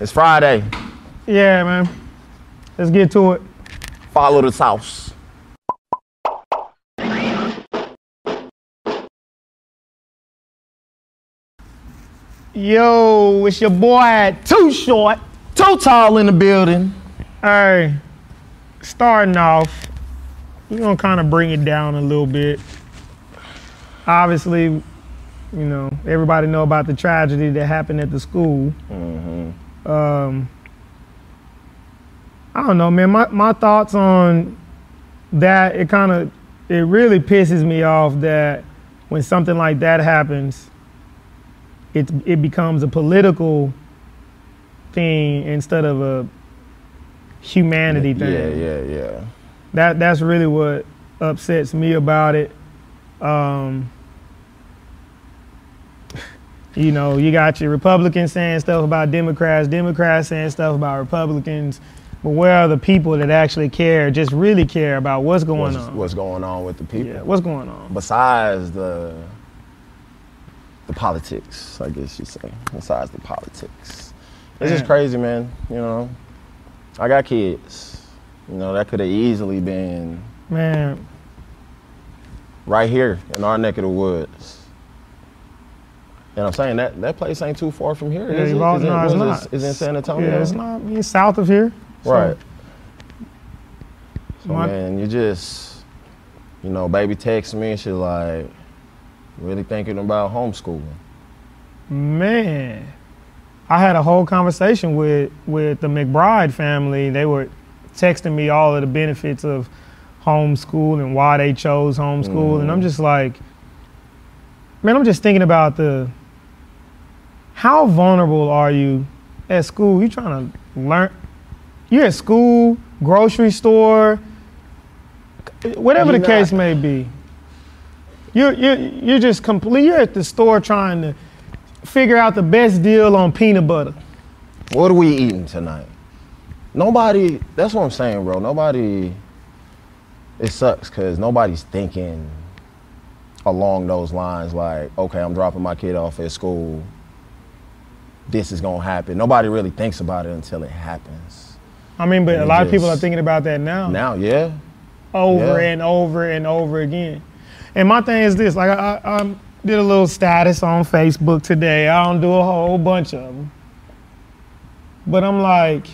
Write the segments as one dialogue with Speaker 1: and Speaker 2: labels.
Speaker 1: It's Friday.
Speaker 2: Yeah, man. Let's get to it.
Speaker 1: Follow the sauce.
Speaker 2: Yo, it's your boy Too Short.
Speaker 1: Too tall in the building.
Speaker 2: Hey, starting off, we're gonna kind of bring it down a little bit. Obviously, you know everybody know about the tragedy that happened at the school. Mm-hmm. Um, I don't know, man. My my thoughts on that it kind of it really pisses me off that when something like that happens, it it becomes a political thing instead of a humanity thing
Speaker 1: Yeah, yeah, yeah.
Speaker 2: that that's really what upsets me about it. Um, you know, you got your Republicans saying stuff about Democrats, Democrats saying stuff about Republicans, but where are the people that actually care, just really care about what's going
Speaker 1: What's,
Speaker 2: on?
Speaker 1: what's going on with the people?
Speaker 2: yeah, what's going on?
Speaker 1: Besides the the politics, I guess you say. Besides the politics, it's just
Speaker 2: Yeah.
Speaker 1: crazy, man. You know, I got kids. You know, that could have easily been
Speaker 2: Man,
Speaker 1: right here in our neck of the woods. And I'm saying that that place ain't too far from here.
Speaker 2: yeah,
Speaker 1: is it?
Speaker 2: you've all-
Speaker 1: Is it-
Speaker 2: no, it's
Speaker 1: was
Speaker 2: not.
Speaker 1: it- Is in San Antonio.
Speaker 2: Yeah, it's not. It's south of here. So,
Speaker 1: Right. So
Speaker 2: My-
Speaker 1: man, you just, you know, baby text me and she like, really thinking about homeschooling.
Speaker 2: Man, I had a whole conversation with with the McBride family. They were texting me all of the benefits of homeschool and why they chose homeschool, and I'm just like, man, I'm just thinking about the how vulnerable are you at school? You trying to learn? You're at school, grocery store, whatever
Speaker 1: You're
Speaker 2: the case
Speaker 1: not-
Speaker 2: may be. You're, you're, you're just complete. You're at the store trying to figure out the best deal on peanut butter.
Speaker 1: What are we eating tonight? Nobody, that's what I'm saying, bro. Nobody, it sucks because nobody's thinking along those lines like, okay, I'm dropping my kid off at school. This is going to happen. Nobody really thinks about it until it happens.
Speaker 2: I mean, but a lot of people are
Speaker 1: Yes.
Speaker 2: thinking about that now,
Speaker 1: Now, yeah,
Speaker 2: over
Speaker 1: yeah.
Speaker 2: and over and over again. And my thing is this: like I, I, I did a little status on Facebook today. I don't do a whole bunch of them, but I'm like,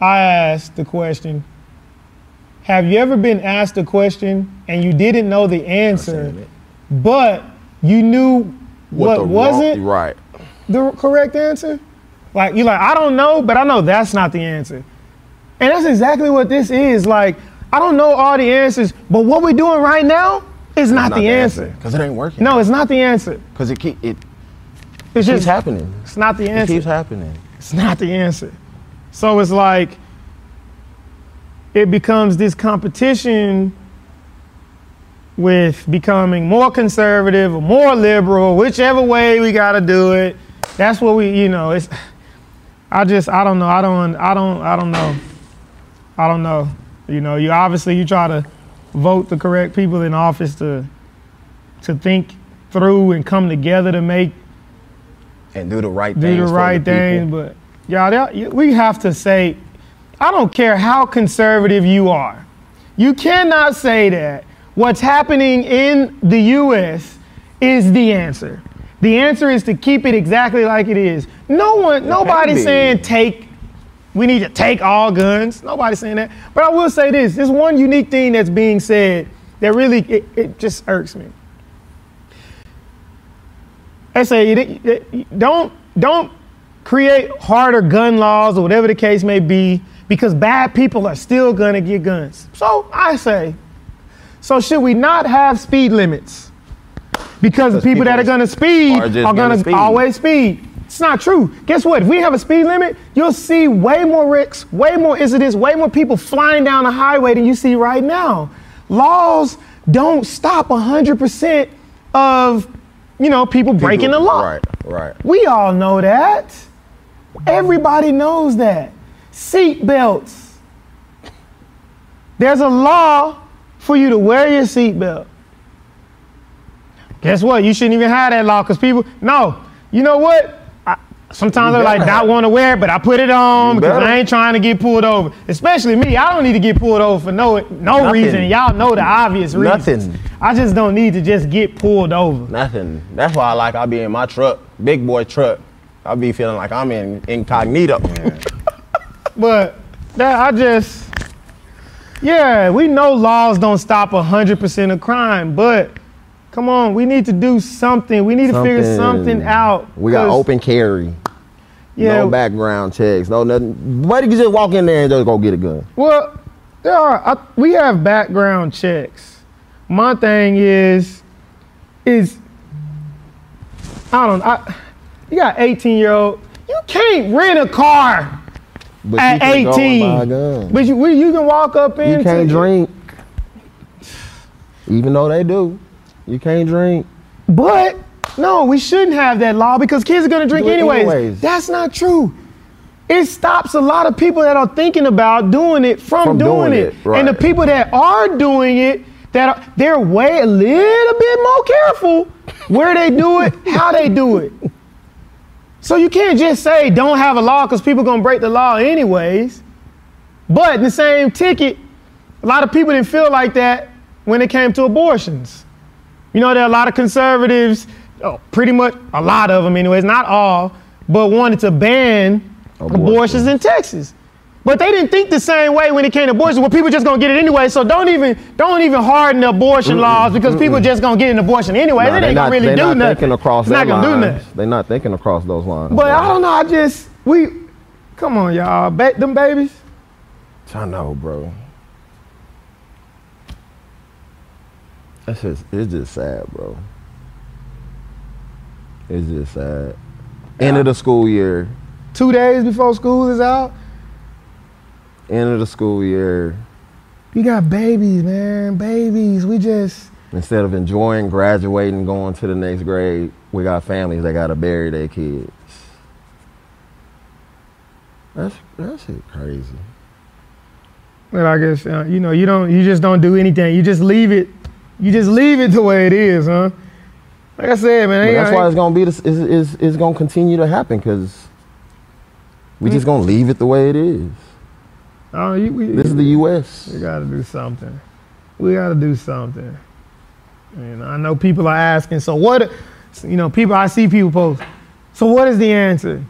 Speaker 2: I asked the question. Have you ever been asked a question and you didn't know the answer, but you knew what, was it?
Speaker 1: Right.
Speaker 2: the correct answer? Like you're like, I don't know, but I know that's not the answer. And that's exactly what this is. Like, I don't know all the answers, but what we're doing right now is not, the, answer.
Speaker 1: Because it ain't working.
Speaker 2: No, it's not the answer.
Speaker 1: Because it, keep, it
Speaker 2: It's
Speaker 1: keeps
Speaker 2: just
Speaker 1: happening.
Speaker 2: it's not the
Speaker 1: It
Speaker 2: answer.
Speaker 1: keeps happening.
Speaker 2: It's not the answer. So it's like it becomes this competition with becoming more conservative or more liberal, whichever way we got to do it. That's what we, you know, it's I just I don't know. I don't I don't I don't know. I don't know. You know, you obviously you try to vote the correct people in office to to think through and come together to make
Speaker 1: And do the right
Speaker 2: do
Speaker 1: things.
Speaker 2: the
Speaker 1: for
Speaker 2: right
Speaker 1: people.
Speaker 2: thing, but y'all, that- we have to say, I don't care how conservative you are, you cannot say that what's happening in the U.S. is the answer. The answer is to keep it exactly like it is. No one,
Speaker 1: be.
Speaker 2: nobody's saying take. We need to take all guns. Nobody's saying that. But I will say this: there's one unique thing that's being said that really it, it just irks me. They say you didn't- you- don't don't create harder gun laws or whatever the case may be because bad people are still gonna get guns. So I say, so should we not have speed limits? Because the people,
Speaker 1: people
Speaker 2: that are gonna speed
Speaker 1: are
Speaker 2: are,
Speaker 1: just
Speaker 2: gonna,
Speaker 1: gonna speed.
Speaker 2: always speed. It's not true. Guess what? If we have a speed limit, you'll see way more wrecks, way more incidents, way more people flying down the highway than you see right now. Laws don't stop 100% of you know people breaking the law.
Speaker 1: Right, right.
Speaker 2: We all know that. Everybody knows that. Seat belts. There's a law for you to wear your seatbelt. Guess what? You shouldn't even have that law because people, no. You know what? I, Sometimes
Speaker 1: You
Speaker 2: I like
Speaker 1: better.
Speaker 2: not want to wear it, but I put it on
Speaker 1: You
Speaker 2: because
Speaker 1: better.
Speaker 2: I ain't trying to get pulled over. Especially me, I don't need to get pulled over for no no
Speaker 1: Nothing.
Speaker 2: reason. Y'all know the obvious reason.
Speaker 1: Nothing.
Speaker 2: I just don't need to just get pulled over.
Speaker 1: Nothing. That's why I like I be in my truck, big boy truck. I be feeling like I'm in incognito.
Speaker 2: But that I just Yeah, we know laws don't stop 100% of crime, but come on, we need to do something. We need to figure something out.
Speaker 1: We got
Speaker 2: 'cause-
Speaker 1: open carry.
Speaker 2: Yeah,
Speaker 1: No background checks. No nothing. But you can just walk in there and just go get a gun.
Speaker 2: Well, there are. I, we have background checks. My thing is, is I don't. I you got 18 year old. You can't rent a car
Speaker 1: But
Speaker 2: at
Speaker 1: you can Go and buy a
Speaker 2: 18.
Speaker 1: gun.
Speaker 2: But you, we- you can walk up in.
Speaker 1: you can't drink. Even though they do, you can't drink.
Speaker 2: But no, we shouldn't have that law because kids are gonna drink
Speaker 1: Do it
Speaker 2: anyways.
Speaker 1: anyways.
Speaker 2: That's not true. It stops a lot of people that are thinking about doing it from,
Speaker 1: From doing
Speaker 2: doing,
Speaker 1: it,
Speaker 2: it.
Speaker 1: right.
Speaker 2: And the people that are doing it, that are, they're way a little bit more careful where they do it, how they do it. So you can't just say don't have a law because people gonna break the law anyways. But in the same ticket, a lot of people didn't feel like that when it came to abortions. You know, there are a lot of conservatives, oh, pretty much a lot of them, anyways, not all, but wanted to ban
Speaker 1: Abortion.
Speaker 2: abortions in Texas. But they didn't think the same way when it came to abortion. Well, people just gonna get it anyway, so don't even don't even harden the abortion laws because people just gonna get an abortion anyway.
Speaker 1: Nah,
Speaker 2: they
Speaker 1: they
Speaker 2: ain't
Speaker 1: not,
Speaker 2: gonna really
Speaker 1: they
Speaker 2: do
Speaker 1: not
Speaker 2: nothing.
Speaker 1: thinking across
Speaker 2: it's not
Speaker 1: that
Speaker 2: gonna do
Speaker 1: lines.
Speaker 2: nothing.
Speaker 1: They're not thinking across those lines.
Speaker 2: But I don't know. I just we come on, y'all. Ba- them babies.
Speaker 1: I know, bro. That's just it's just sad, bro. It's just sad. End of the school year.
Speaker 2: Two days before school is out,
Speaker 1: End of the school year.
Speaker 2: you got babies, man. Babies. We just
Speaker 1: Instead of enjoying graduating, going to the next grade, we got families that gotta bury their kids. That's that shit crazy.
Speaker 2: Well, I guess uh, you know you don't you just don't do anything. You just leave it. You just leave it the way it is, huh? Like I said, man.
Speaker 1: But
Speaker 2: ain't-
Speaker 1: that's why it's
Speaker 2: ain't-
Speaker 1: gonna be this. It's, it's, it's gonna continue to happen because we just gonna leave it the way it is.
Speaker 2: oh, you, we,
Speaker 1: This is the U.S.
Speaker 2: We gotta do something. We gotta do something. And I know people are asking. So what? You know, people. I see people post. So what is the answer?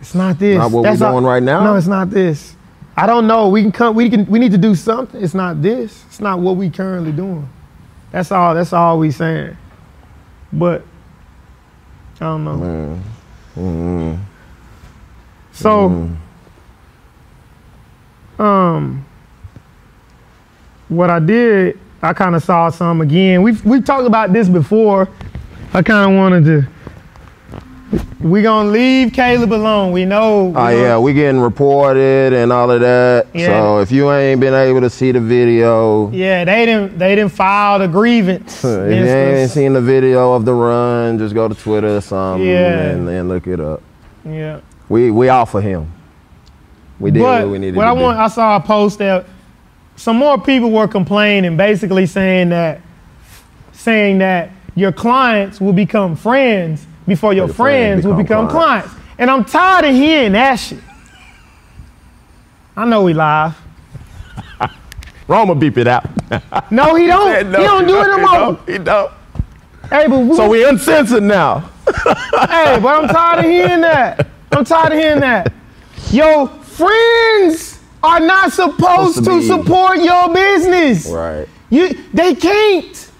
Speaker 2: It's not this.
Speaker 1: Not what we're
Speaker 2: all-
Speaker 1: doing right now?
Speaker 2: No, it's not this. I don't know. We can come. We can. We need to do something. It's not this. It's not what we currently doing. That's all. That's all we saying. But I don't know.
Speaker 1: Man. Mm.
Speaker 2: So.
Speaker 1: Mm. Mm-hmm.
Speaker 2: um, what I did, I kind of saw some again. We've we've talked about this before. I kind of wanted to. We gonna leave Caleb alone. We know. we
Speaker 1: Oh
Speaker 2: know-
Speaker 1: yeah, we getting reported and all of that.
Speaker 2: Yeah.
Speaker 1: So if you ain't been able to see the video, uh,
Speaker 2: Yeah, they didn't they didn't file the
Speaker 1: if
Speaker 2: grievance.
Speaker 1: you ain't
Speaker 2: against us.
Speaker 1: seen the video of the run, just go to Twitter or something
Speaker 2: Yeah.
Speaker 1: and, and look it up.
Speaker 2: yeah.
Speaker 1: We we all for him. We did
Speaker 2: but
Speaker 1: what we needed
Speaker 2: what
Speaker 1: to
Speaker 2: I
Speaker 1: do.
Speaker 2: want, I saw a post that some more people were complaining, basically saying that, saying that your clients will become friends before your,
Speaker 1: your
Speaker 2: friends,
Speaker 1: friends
Speaker 2: will
Speaker 1: become
Speaker 2: become clients. And I'm tired of hearing that shit. I know we live.
Speaker 1: Roma beep it out.
Speaker 2: No, he don't. he don't do it no more.
Speaker 1: He don't.
Speaker 2: Hey, but we,
Speaker 1: So we uncensored now.
Speaker 2: hey, but I'm tired of hearing that. I'm tired of hearing that. Your friends are not supposed,
Speaker 1: Supposed to
Speaker 2: to,
Speaker 1: be-
Speaker 2: support your business.
Speaker 1: Right.
Speaker 2: You, they can't.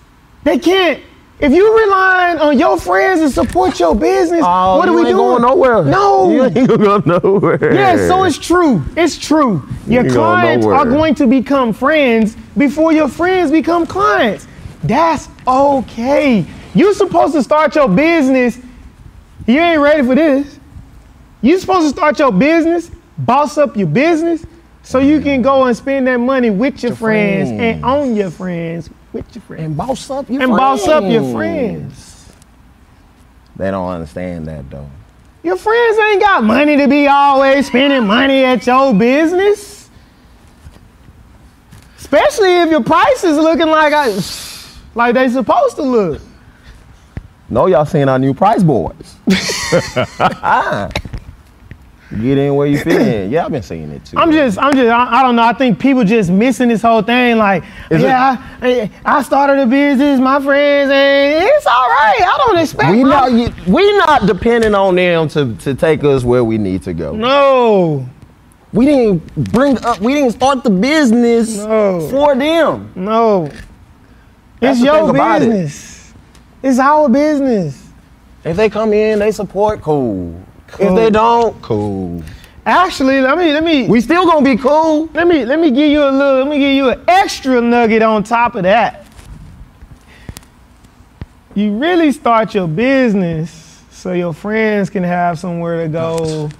Speaker 2: They can't. If you relying on your friends to support your business,
Speaker 1: Oh,
Speaker 2: what are
Speaker 1: you
Speaker 2: we
Speaker 1: ain't
Speaker 2: doing?
Speaker 1: going nowhere.
Speaker 2: No.
Speaker 1: You ain't going nowhere.
Speaker 2: Yeah, so it's true. It's true. Your
Speaker 1: ain't going
Speaker 2: clients are
Speaker 1: nowhere.
Speaker 2: going to become friends before your friends become clients. That's okay. You're supposed to start your business. You ain't ready for this. You're supposed to start your business, boss up your business, so you can go and spend that money with your, friends, and own your friends with your friends.
Speaker 1: And boss up your
Speaker 2: and boss up your
Speaker 1: friends.
Speaker 2: friends.
Speaker 1: They don't understand that though.
Speaker 2: Your friends ain't got money to be always spending money at your business. Especially if your price is looking like I, like they supposed to look.
Speaker 1: No, y'all seen our new price boards. Get in where you fit in. Yeah, I've been seeing it too.
Speaker 2: I'm just, I'm just, I, I don't know. I think people just missing this whole thing. Like,
Speaker 1: Is it-
Speaker 2: yeah, I, I started a business, my friends, and it's all right. I don't expect.
Speaker 1: we
Speaker 2: my-
Speaker 1: not you- we not depending on them to, to take us where we need to go.
Speaker 2: No,
Speaker 1: We didn't bring up. We didn't start the business
Speaker 2: No.
Speaker 1: for them.
Speaker 2: no.
Speaker 1: That's
Speaker 2: It's
Speaker 1: the
Speaker 2: your
Speaker 1: thing about it.
Speaker 2: business. It's our business.
Speaker 1: If they come in, they support. Cool. If
Speaker 2: Cool.
Speaker 1: they don't, cool.
Speaker 2: Actually, let me, let me.
Speaker 1: We still gonna be cool.
Speaker 2: Let me let me give you a little. Let me give you an extra nugget on top of that. You really start your business so your friends can have somewhere to go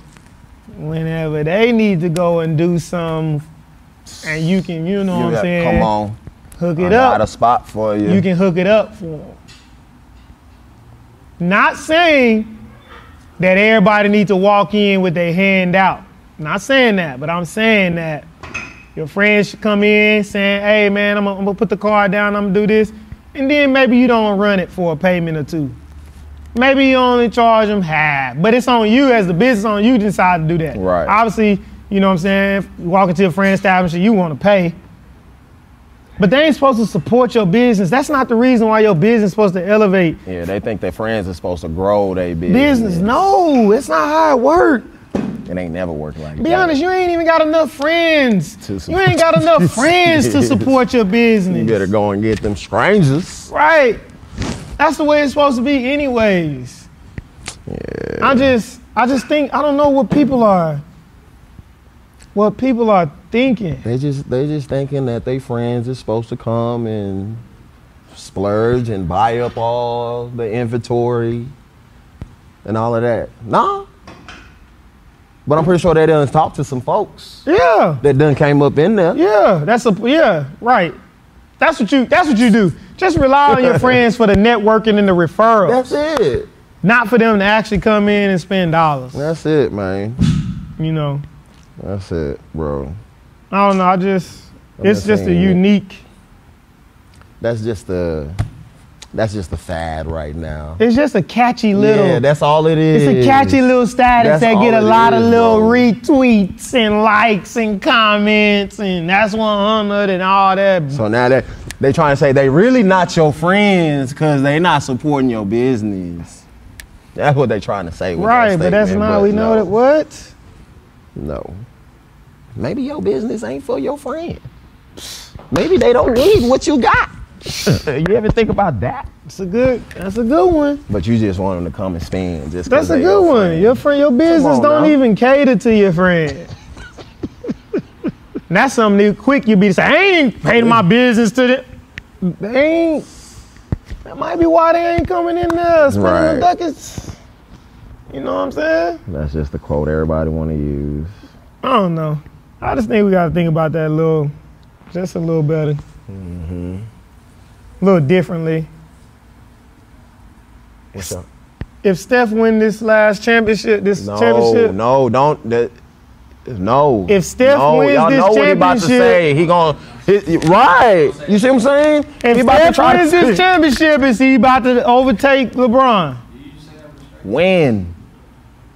Speaker 2: whenever they need to go and do some, and you can you know what
Speaker 1: You
Speaker 2: I'm
Speaker 1: got-
Speaker 2: saying.
Speaker 1: come on.
Speaker 2: Hook
Speaker 1: I
Speaker 2: it
Speaker 1: got a
Speaker 2: up.
Speaker 1: spot for you.
Speaker 2: You can hook it up for them. Not saying that everybody needs to walk in with their hand out. Not saying that, but I'm saying that your friends should come in saying, hey man, I'm gonna I'm gonna put the car down, I'm gonna do this. And then maybe you don't run it for a payment or two. Maybe you only charge them half, but it's on you as the business on you to decide to do that.
Speaker 1: Right.
Speaker 2: Obviously, you know what I'm saying? If you walk into a friend establishment, you wanna pay. But they ain't supposed to support your business. That's not the reason why your business is supposed to elevate.
Speaker 1: yeah, they think their friends are supposed to grow their business.
Speaker 2: Business, no, it's not how it works.
Speaker 1: It ain't never worked like
Speaker 2: Be
Speaker 1: that.
Speaker 2: honest, you ain't even got enough friends.
Speaker 1: To
Speaker 2: You ain't got enough friends to
Speaker 1: Yes.
Speaker 2: support your business.
Speaker 1: You better go and get them strangers.
Speaker 2: Right. That's the way it's supposed to be, anyways. I just, I just think I don't know what people are, what people are thinking.
Speaker 1: They just they just thinking that they friends is supposed to come and splurge and buy up all the inventory and all of that. Nah. But I'm pretty sure they done talked to some folks
Speaker 2: Yeah,
Speaker 1: that done came up in there.
Speaker 2: yeah. That's a yeah. Right. That's what you. That's what you do. Just rely on your friends for the networking and the referrals,
Speaker 1: That's it.
Speaker 2: not for them to actually come in and spend dollars.
Speaker 1: That's it, man.
Speaker 2: You know.
Speaker 1: That's it, bro.
Speaker 2: I don't know. I just.
Speaker 1: I'm
Speaker 2: it's
Speaker 1: not
Speaker 2: just a
Speaker 1: saying it.
Speaker 2: unique.
Speaker 1: That's just the that's just the fad right now.
Speaker 2: It's just a catchy little.
Speaker 1: yeah, that's all it is.
Speaker 2: It's a catchy little status
Speaker 1: That's
Speaker 2: that get a
Speaker 1: all it
Speaker 2: lot of
Speaker 1: is,
Speaker 2: little
Speaker 1: bro.
Speaker 2: retweets and likes and comments and that's 100 and all that.
Speaker 1: So now that they trying to say they really not your friends because they not supporting your business. That's what they trying to say. With that
Speaker 2: right, but that's
Speaker 1: statement,
Speaker 2: not.
Speaker 1: but
Speaker 2: we
Speaker 1: no,
Speaker 2: know that what?
Speaker 1: No. Maybe your business ain't for your friend. Maybe they don't need what you got. you ever think about that?
Speaker 2: It's a good. That's a good one.
Speaker 1: But you just want them to come and spend just. 'cause
Speaker 2: That's a
Speaker 1: they
Speaker 2: good
Speaker 1: your
Speaker 2: one.
Speaker 1: friend.
Speaker 2: Your friend, your business
Speaker 1: on
Speaker 2: don't
Speaker 1: now.
Speaker 2: even cater to your friend. And that's something that quick you be saying. I ain't paying my business to the. They ain't. That might be why they ain't coming in there spending the
Speaker 1: Right.
Speaker 2: ducats. You know what I'm saying?
Speaker 1: That's just the quote everybody want to use.
Speaker 2: I don't know. I just think we gotta think about that a little, just a little better,
Speaker 1: Mm-hmm.
Speaker 2: a little differently.
Speaker 1: What's up?
Speaker 2: If Steph win this last championship, this
Speaker 1: No,
Speaker 2: championship,
Speaker 1: no, don't. That, no.
Speaker 2: If Steph
Speaker 1: no,
Speaker 2: wins
Speaker 1: y'all
Speaker 2: this
Speaker 1: know what he about to
Speaker 2: championship-
Speaker 1: say. He gonna he- he- right. You see what I'm saying?
Speaker 2: if
Speaker 1: he about to
Speaker 2: Steph
Speaker 1: try
Speaker 2: wins
Speaker 1: to
Speaker 2: this championship, is he about to overtake LeBron?
Speaker 1: win.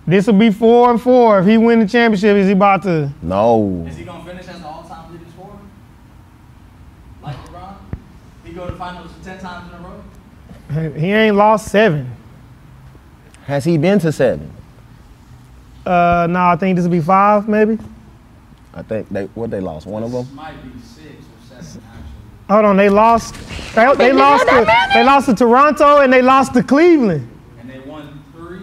Speaker 2: This will be four and four. If he win the championship, is he about to?
Speaker 1: No,
Speaker 3: Is he gonna finish as an all-time leading scorer? Like LeBron? He go to finals ten times in a row?
Speaker 2: He ain't lost seven.
Speaker 1: has he been to seven?
Speaker 2: Uh, no, I think this will be five, maybe.
Speaker 1: I think they what they lost one of them.
Speaker 3: Might be six or seven actually.
Speaker 2: Hold on, they lost. They, they lost to they lost to Toronto and they lost to Cleveland.
Speaker 3: And they won three,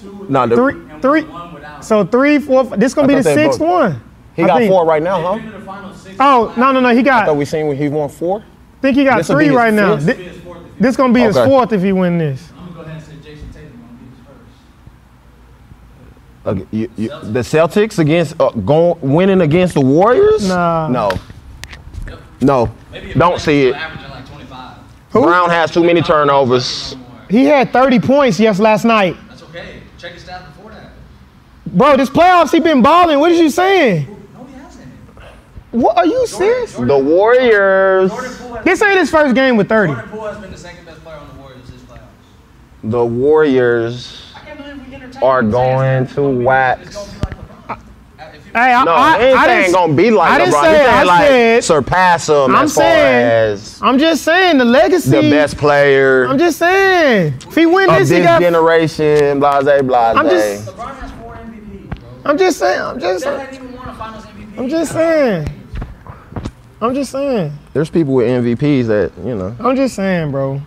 Speaker 3: two, or
Speaker 1: No, the-
Speaker 2: Three,
Speaker 3: and
Speaker 2: three.
Speaker 3: won one without.
Speaker 2: So three, four. f- This gonna
Speaker 1: I
Speaker 2: be the
Speaker 1: thought they
Speaker 2: sixth
Speaker 1: both-
Speaker 2: one.
Speaker 1: He
Speaker 2: I
Speaker 1: got
Speaker 2: think-
Speaker 1: four right now,
Speaker 3: They've
Speaker 1: huh?
Speaker 3: been in the final six.
Speaker 2: Oh no no no! He got.
Speaker 1: I thought we seen when he won four.
Speaker 2: think he got
Speaker 1: this'll
Speaker 2: three
Speaker 1: be his
Speaker 2: right now.
Speaker 1: fifth.
Speaker 2: Thi-
Speaker 3: His fourth is-
Speaker 2: This gonna be his
Speaker 1: Okay.
Speaker 2: fourth if he win this.
Speaker 3: I'm gonna go ahead and say Jason Tatum gonna be his first.
Speaker 1: Okay, you- you- the Celtics against uh, going winning against the Warriors.
Speaker 2: Nah.
Speaker 1: No. No.
Speaker 3: Maybe if
Speaker 1: Don't
Speaker 3: Tatum's
Speaker 1: see it.
Speaker 3: Averaging like 25.
Speaker 1: Brown has too many turnovers.
Speaker 3: No more.
Speaker 2: He had 30 points yes last night,
Speaker 3: That's okay. Check his stats before that.
Speaker 2: bro. This playoffs he been balling. What is you saying?
Speaker 3: No, he hasn't.
Speaker 2: What are you serious?
Speaker 1: The Warriors.
Speaker 3: Jordan Poole has,
Speaker 2: This ain't his first game with 30.
Speaker 3: Jordan Poole has been the second best player on the Warriors this playoffs.
Speaker 1: the Warriors
Speaker 3: I can't believe we entertained
Speaker 1: Are
Speaker 3: his ass.
Speaker 1: going
Speaker 3: It's
Speaker 1: to
Speaker 3: gonna be-
Speaker 1: wax.
Speaker 3: It's gonna be like LeBron. Uh, if you-
Speaker 2: Hey, I,
Speaker 1: No,
Speaker 2: I,
Speaker 1: anything
Speaker 2: I didn't,
Speaker 1: gonna be like
Speaker 2: I didn't
Speaker 1: LeBron.
Speaker 2: say-
Speaker 1: you can't
Speaker 2: I
Speaker 1: like
Speaker 2: said-
Speaker 1: surpass him
Speaker 2: I'm
Speaker 1: as far
Speaker 2: saying-
Speaker 1: as
Speaker 2: I'm just saying the legacy.
Speaker 1: the best player
Speaker 2: I'm just saying if he win
Speaker 1: of
Speaker 2: this,
Speaker 1: this
Speaker 2: he got.
Speaker 1: generation. Blase, blase.
Speaker 2: I'm just-
Speaker 3: LeBron has four MVPs, bro.
Speaker 2: I'm just saying. I'm just.
Speaker 3: Steph hadn't even won a Finals MVP.
Speaker 2: I'm just saying. I'm just saying.
Speaker 1: There's people with MVPs that you know
Speaker 2: I'm just saying, bro.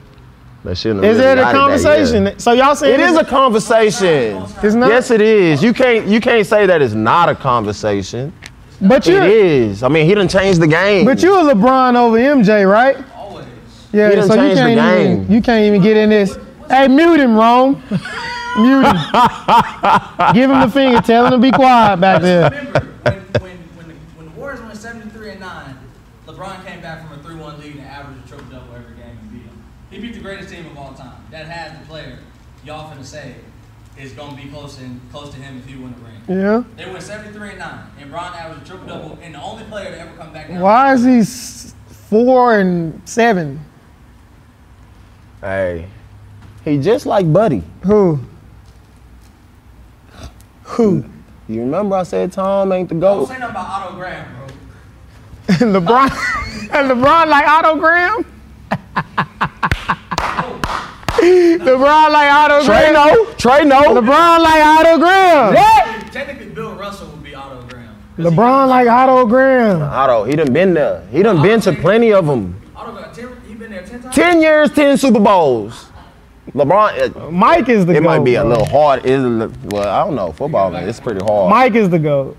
Speaker 1: that shouldn't. Have
Speaker 2: Is
Speaker 1: really
Speaker 2: it a
Speaker 1: got it that year.
Speaker 2: conversation? So y'all saying
Speaker 1: It is a
Speaker 2: it's-
Speaker 1: conversation.
Speaker 2: It's not.
Speaker 1: Yes, it is. You can't you can't say that it's not a conversation.
Speaker 2: but you.
Speaker 1: It is. I mean, he didn't change the game.
Speaker 2: But you a LeBron over MJ, right?
Speaker 3: Always.
Speaker 2: Yeah,
Speaker 1: He done
Speaker 2: so you
Speaker 1: changed the
Speaker 2: can't even
Speaker 1: game.
Speaker 2: you can't even get in this. Hey, mute him, Rome. mute him. Give him the finger. Tell him to be quiet back there.
Speaker 3: Remember when when when the, when the Warriors went 73 and nine, LeBron came back from a 3-1 lead and averaged a triple double every game and beat him. He beat the greatest team of all time. That has the player y'all finna say is gonna be close and close to him if he win the ring.
Speaker 2: Yeah.
Speaker 3: They went 73 and 9, and Bron averaged a triple double, and the only player to ever come back down.
Speaker 2: Why is he s- four and seven?
Speaker 1: hey, he just like Buddy.
Speaker 2: Who? Who?
Speaker 1: You remember I said Tom ain't the
Speaker 3: Don't
Speaker 1: goat.
Speaker 3: say nothing about Otto Graham, bro.
Speaker 2: LeBron. LeBron like Otto Graham. LeBron like Otto
Speaker 1: Trey
Speaker 2: Graham.
Speaker 1: no, Trey no.
Speaker 2: LeBron like Otto Graham.
Speaker 3: Technically, Bill Russell would be Otto Graham. 'Cause he-
Speaker 2: LeBron like Otto Graham.
Speaker 1: Otto, he done been there. He done been to plenty of them.
Speaker 3: Otto got 10, he been there 10 times.
Speaker 1: Ten years, ten Super Bowls. LeBron,
Speaker 2: Mike is the
Speaker 1: it, it
Speaker 2: goat.
Speaker 1: might be a
Speaker 2: bro.
Speaker 1: little hard. Is well, I don't know. Football, man, it's pretty hard.
Speaker 2: Mike is the goat.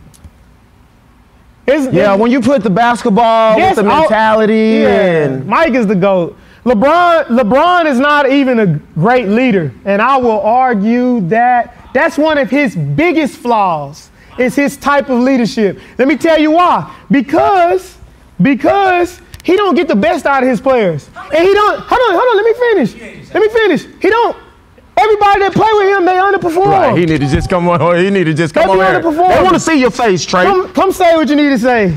Speaker 2: It's-
Speaker 1: yeah,
Speaker 2: it's-
Speaker 1: when you put the basketball
Speaker 2: Yes,
Speaker 1: with the
Speaker 2: I'll-
Speaker 1: mentality
Speaker 2: yeah,
Speaker 1: and
Speaker 2: Mike is the goat. LeBron LeBron is not even a great leader, and I will argue that that's one of his biggest flaws. Is his type of leadership. Let me tell you why. Because because he don't get the best out of his players, and he don't. Hold on, hold on. Let me finish. Let me finish. He don't. Everybody that play with him, they underperform.
Speaker 1: Right, he need to just come on. He need to just come
Speaker 2: They
Speaker 1: on
Speaker 2: be
Speaker 1: here.
Speaker 2: underperforming.
Speaker 1: They want to see your face, Trey.
Speaker 2: come, come say what you need to say.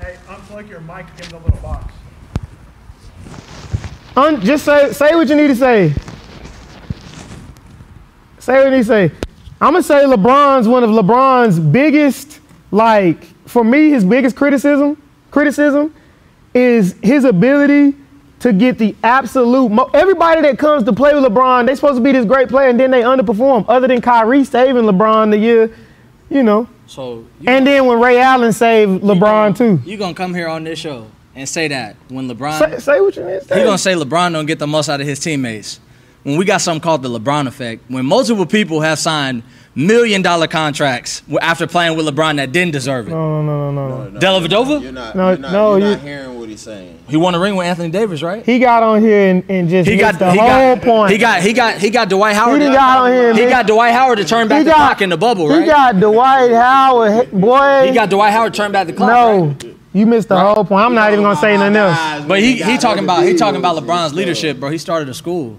Speaker 4: Hey, unplug your mic, give it a little box.
Speaker 2: Un- just say say what you need to say. Say what you need to say. I'm gonna say LeBron's one of LeBron's biggest, like for me, his biggest criticism criticism is his ability to get the absolute. Mo- Everybody that comes to play with LeBron, they supposed to be this great player, and then they underperform. Other than Kyrie saving LeBron the year, you know.
Speaker 5: So you,
Speaker 2: And then when Ray Allen saved LeBron too.
Speaker 5: you gonna come here on this show and say that when
Speaker 2: Say,
Speaker 5: LeBron
Speaker 2: say what you need to say.
Speaker 5: he gonna say LeBron don't get the most out of his teammates. When we got something called the LeBron effect, when multiple people have signed million dollar contracts w- after playing with LeBron that didn't deserve it.
Speaker 2: no, no, no, no, no.
Speaker 5: Dellavedova?
Speaker 6: You're not,
Speaker 2: No,
Speaker 6: you're not,
Speaker 2: no,
Speaker 6: you're
Speaker 2: you-
Speaker 6: not hearing what he's saying.
Speaker 5: He won a ring with Anthony Davis, right?
Speaker 2: He got on here and, and just
Speaker 5: He
Speaker 2: missed
Speaker 5: got
Speaker 2: the
Speaker 5: he
Speaker 2: whole
Speaker 5: got
Speaker 2: point.
Speaker 5: he got he got he got Dwight Howard.
Speaker 2: He
Speaker 5: to-
Speaker 2: got on here,
Speaker 5: he
Speaker 2: man.
Speaker 5: got Dwight Howard to turn back
Speaker 2: He
Speaker 5: the
Speaker 2: got-
Speaker 5: clock in the bubble,
Speaker 2: he
Speaker 5: right?
Speaker 2: got Dwight Howard, he- boy.
Speaker 5: He got Dwight Howard to turn back the clock.
Speaker 2: no,
Speaker 5: right?
Speaker 2: you missed the whole point. I'm not even gonna say nothing else.
Speaker 5: But he, he talking about he talking about LeBron's leadership, bro. He started a school.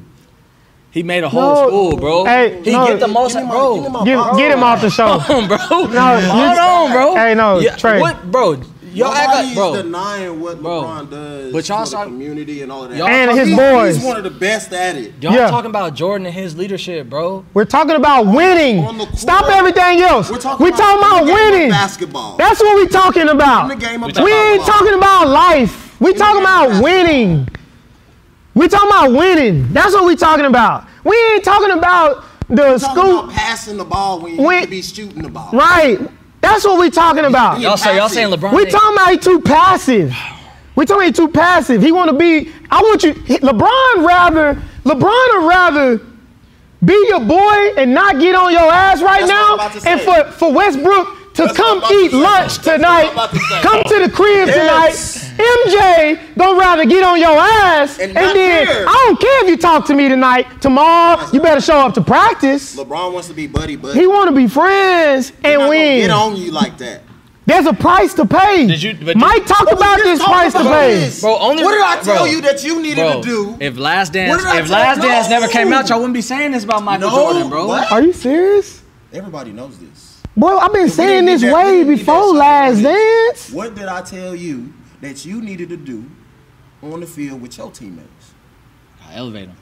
Speaker 5: He made a whole
Speaker 2: No.
Speaker 5: school, bro.
Speaker 2: Hey,
Speaker 5: he
Speaker 2: no.
Speaker 5: get the most, bro.
Speaker 2: Get, get him off the show.
Speaker 5: Hold on, bro.
Speaker 2: you-
Speaker 5: Hold on, bro.
Speaker 2: Hey, no, Trey.
Speaker 5: What, bro? Y'all act like,
Speaker 6: Nobody's
Speaker 5: bro.
Speaker 6: denying what
Speaker 5: Bro.
Speaker 6: LeBron does
Speaker 5: But y'all
Speaker 6: for
Speaker 5: saw-
Speaker 6: the community and all of that.
Speaker 5: Y'all-
Speaker 2: And his
Speaker 6: He's-
Speaker 2: boys.
Speaker 6: He's one of the best at it.
Speaker 5: Y'all
Speaker 2: Yeah.
Speaker 5: talking about Jordan and his leadership, bro.
Speaker 2: We're talking about
Speaker 6: On the
Speaker 2: winning.
Speaker 6: court.
Speaker 2: Stop everything else.
Speaker 6: We're talking
Speaker 2: We're
Speaker 6: about
Speaker 2: talking about
Speaker 6: in the game of
Speaker 2: winning.
Speaker 6: basketball.
Speaker 2: That's what we're talking about.
Speaker 6: In the game of
Speaker 2: we ain't
Speaker 6: basketball.
Speaker 2: talking about life. We talking
Speaker 6: game of
Speaker 2: about
Speaker 6: basketball.
Speaker 2: winning. We talking about winning. That's what we talking about. We ain't talking about the
Speaker 6: Talking
Speaker 2: school.
Speaker 6: about passing the ball when you
Speaker 2: We-
Speaker 6: need to be shooting the ball.
Speaker 2: Right. That's what we talking about.
Speaker 5: Y'all say y'all saying LeBron.
Speaker 2: We
Speaker 5: ain't-
Speaker 2: talking about he too passive. We talking about he too passive. He want to be. I want you. he- LeBron rather. LeBron would rather be your boy and not get on your ass right
Speaker 6: That's
Speaker 2: now,
Speaker 6: what I'm about to
Speaker 2: and
Speaker 6: say.
Speaker 2: for for Westbrook to
Speaker 6: That's
Speaker 2: come
Speaker 6: what I'm about
Speaker 2: eat
Speaker 6: to say.
Speaker 2: lunch
Speaker 6: That's what I'm
Speaker 2: tonight,
Speaker 6: about to say.
Speaker 2: come to the crib
Speaker 1: Yes.
Speaker 2: tonight. MJ gonna rather get on your ass,
Speaker 6: And
Speaker 2: and,
Speaker 6: not
Speaker 2: then
Speaker 6: care.
Speaker 2: I don't care if you talk to me tonight. Tomorrow, you better show up to practice.
Speaker 6: LeBron wants to be buddy buddy.
Speaker 2: He want to be friends
Speaker 6: Not
Speaker 2: and
Speaker 6: gonna
Speaker 2: win.
Speaker 6: Get on you like that.
Speaker 2: There's a price to pay.
Speaker 5: Did you- but-
Speaker 2: Mike talked about this
Speaker 6: Talk
Speaker 2: price to
Speaker 6: about
Speaker 2: pay.
Speaker 6: this.
Speaker 5: Bro, only-
Speaker 6: what did I tell
Speaker 5: bro.
Speaker 6: you that you needed
Speaker 5: bro.
Speaker 6: to do?
Speaker 5: If Last Dance,
Speaker 6: What did I
Speaker 5: if
Speaker 6: tell-
Speaker 5: Last Dance
Speaker 6: No.
Speaker 5: never came out, y'all wouldn't be saying this about Michael
Speaker 6: No,
Speaker 5: Jordan, bro.
Speaker 6: what?
Speaker 2: Are you serious?
Speaker 6: Everybody knows this.
Speaker 2: Bro, I've been saying
Speaker 6: need
Speaker 2: this
Speaker 6: that- we
Speaker 2: way
Speaker 6: didn't need that
Speaker 2: before
Speaker 6: shit.
Speaker 2: Last Dance.
Speaker 6: What did I tell you that you needed to do on the field with your teammates?
Speaker 5: I elevate him.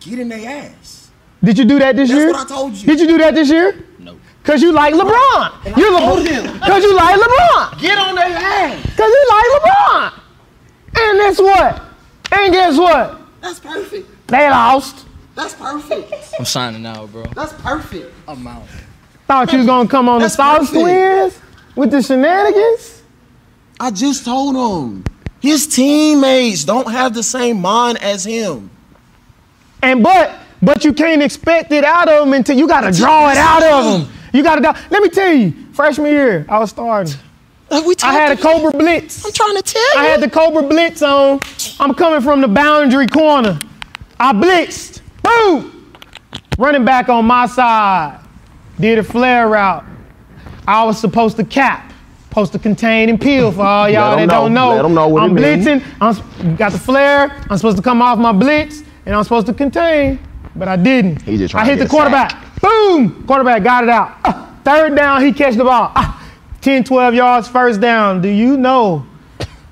Speaker 6: Get in their ass.
Speaker 2: Did you do that this
Speaker 6: That's
Speaker 2: year?
Speaker 6: what I told you.
Speaker 2: Did you do that this year?
Speaker 5: No.
Speaker 2: Cause you like LeBron. You're
Speaker 6: told him.
Speaker 2: LeBron. Cause you like LeBron.
Speaker 6: Get on their ass.
Speaker 2: Cause you like LeBron. And guess what? And guess what?
Speaker 6: That's perfect.
Speaker 2: They lost.
Speaker 6: That's perfect.
Speaker 5: I'm signing out, bro.
Speaker 6: That's perfect.
Speaker 5: I'm out.
Speaker 2: Thought you was gonna come on the
Speaker 6: That's
Speaker 2: South
Speaker 6: perfect.
Speaker 2: Squares with the shenanigans.
Speaker 6: I just told him. His teammates don't have the same mind as him.
Speaker 2: And but but you can't expect it out of them until you gotta draw it out of them. You gotta. do- Let me tell you, freshman year I was starting.
Speaker 6: Like we
Speaker 2: I had a
Speaker 6: talked about-
Speaker 2: Cobra Blitz.
Speaker 6: I'm trying to tell you.
Speaker 2: I had the Cobra Blitz on. I'm coming from the boundary corner. I blitzed. Boom! Running back on my side. Did a flare route. I was supposed to cap. Supposed to contain and peel for all y'all
Speaker 1: 'em
Speaker 2: that don't
Speaker 1: know.
Speaker 2: know.
Speaker 1: Let 'em know what it
Speaker 2: I'm
Speaker 1: mean.
Speaker 2: blitzing. I'm s- got the flare. I'm supposed to come off my blitz, and I'm supposed to contain, but I didn't.
Speaker 1: He just
Speaker 2: I
Speaker 1: tryna get
Speaker 2: hit the
Speaker 1: a sack.
Speaker 2: quarterback. Boom! Quarterback got it out. Ah, third down, he catch the ball. Ah, 10, 12 yards, first down. Do you know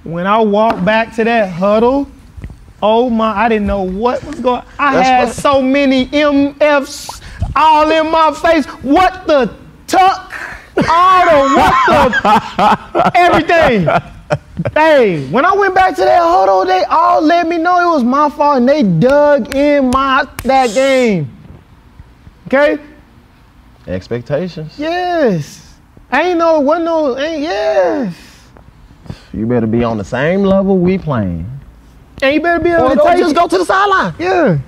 Speaker 2: when I walked back to that huddle? Oh my, I didn't know what was going I
Speaker 1: That's
Speaker 2: had
Speaker 1: right.
Speaker 2: so many MFs all in my face. What the tuck? All the what the everything. Hey, when I went back to that huddle, they all let me know it was my fault and they dug in my that game. Okay?
Speaker 1: Expectations.
Speaker 2: Yes. Ain't no wasn't no ain't yes.
Speaker 1: You better be on the same level we playing.
Speaker 2: And you better be able
Speaker 1: Or
Speaker 2: to
Speaker 1: don't
Speaker 2: take
Speaker 1: just
Speaker 2: it.
Speaker 1: go to the sideline.
Speaker 2: Yeah.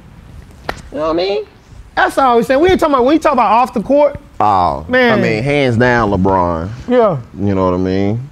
Speaker 1: You know what I mean?
Speaker 2: That's all we saying. We ain't talking about we talk about off the court.
Speaker 1: Oh
Speaker 2: Man.
Speaker 1: I mean, hands down, LeBron.
Speaker 2: Yeah.
Speaker 1: You know what I mean?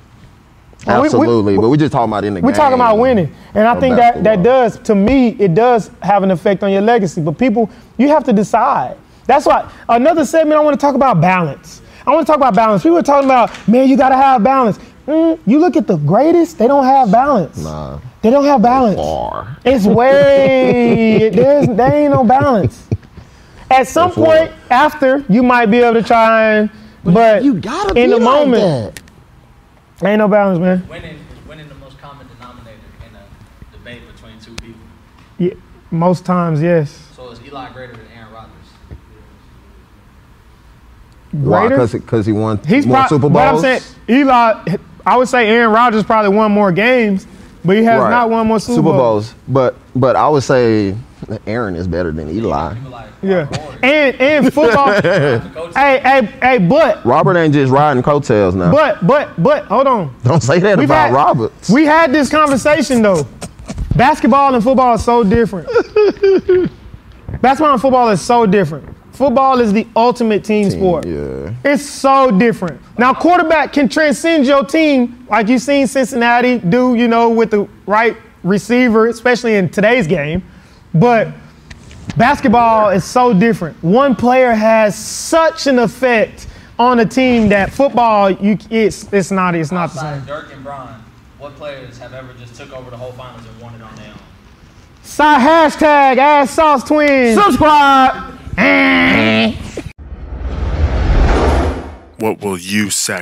Speaker 2: Well, Oh, we- we-
Speaker 1: Absolutely. but we just talking about in the
Speaker 2: We're
Speaker 1: game.
Speaker 2: talking about winning. And I
Speaker 1: Or
Speaker 2: think that, that
Speaker 1: basketball.
Speaker 2: does, to me, it does have an effect on your legacy. But people, you have to decide. That's why another segment I want to talk about balance. I want to talk about balance. We were talking about, man, you got to have balance. Mm, you look at the greatest, they don't have balance.
Speaker 1: Nah.
Speaker 2: They don't have balance.
Speaker 1: Uh, Far.
Speaker 2: It's way there's there ain't no balance. At some
Speaker 1: That's right.
Speaker 2: point after, you might be able to try and but
Speaker 6: you gotta
Speaker 2: in
Speaker 6: be
Speaker 2: the
Speaker 6: like
Speaker 2: moment
Speaker 6: that.
Speaker 2: ain't no balance, man.
Speaker 3: Winning is winning the most common denominator in a debate between two people.
Speaker 2: Yeah, most times, yes.
Speaker 3: So is Eli greater than Aaron Rodgers?
Speaker 1: Why?
Speaker 2: Greater?
Speaker 1: Because he won
Speaker 2: He's
Speaker 1: more
Speaker 2: prob-
Speaker 1: Super Bowls.
Speaker 2: But I'm saying Eli. I would say Aaron Rodgers probably won more games, but he has
Speaker 1: Right.
Speaker 2: not won more Super, Bowls.
Speaker 1: Bowls. But but I would say Aaron is better than Eli.
Speaker 3: People like
Speaker 2: Yeah,
Speaker 3: Warriors,
Speaker 2: and and football. hey,
Speaker 3: the coach
Speaker 2: hey, hey, but
Speaker 1: Robert ain't just riding coattails now.
Speaker 2: but but but hold on.
Speaker 1: Don't say that about
Speaker 2: had,
Speaker 1: Roberts.
Speaker 2: We had this conversation though. Basketball and football are so different. Basketball and football is so different. Football is the ultimate team, sport.
Speaker 1: Yeah.
Speaker 2: It's so different. Now, quarterback can transcend your team, like you've seen Cincinnati do, you know, with the right receiver, especially in today's game. But basketball is so different. One player has such an effect on a team that football, you it's it's not it's not the
Speaker 3: outside
Speaker 2: same.
Speaker 3: of Dirk and Bron, what players have ever just took over the whole finals and won it on their own?
Speaker 2: So, hashtag ass sauce twins. Subscribe.
Speaker 7: What will you sacrifice?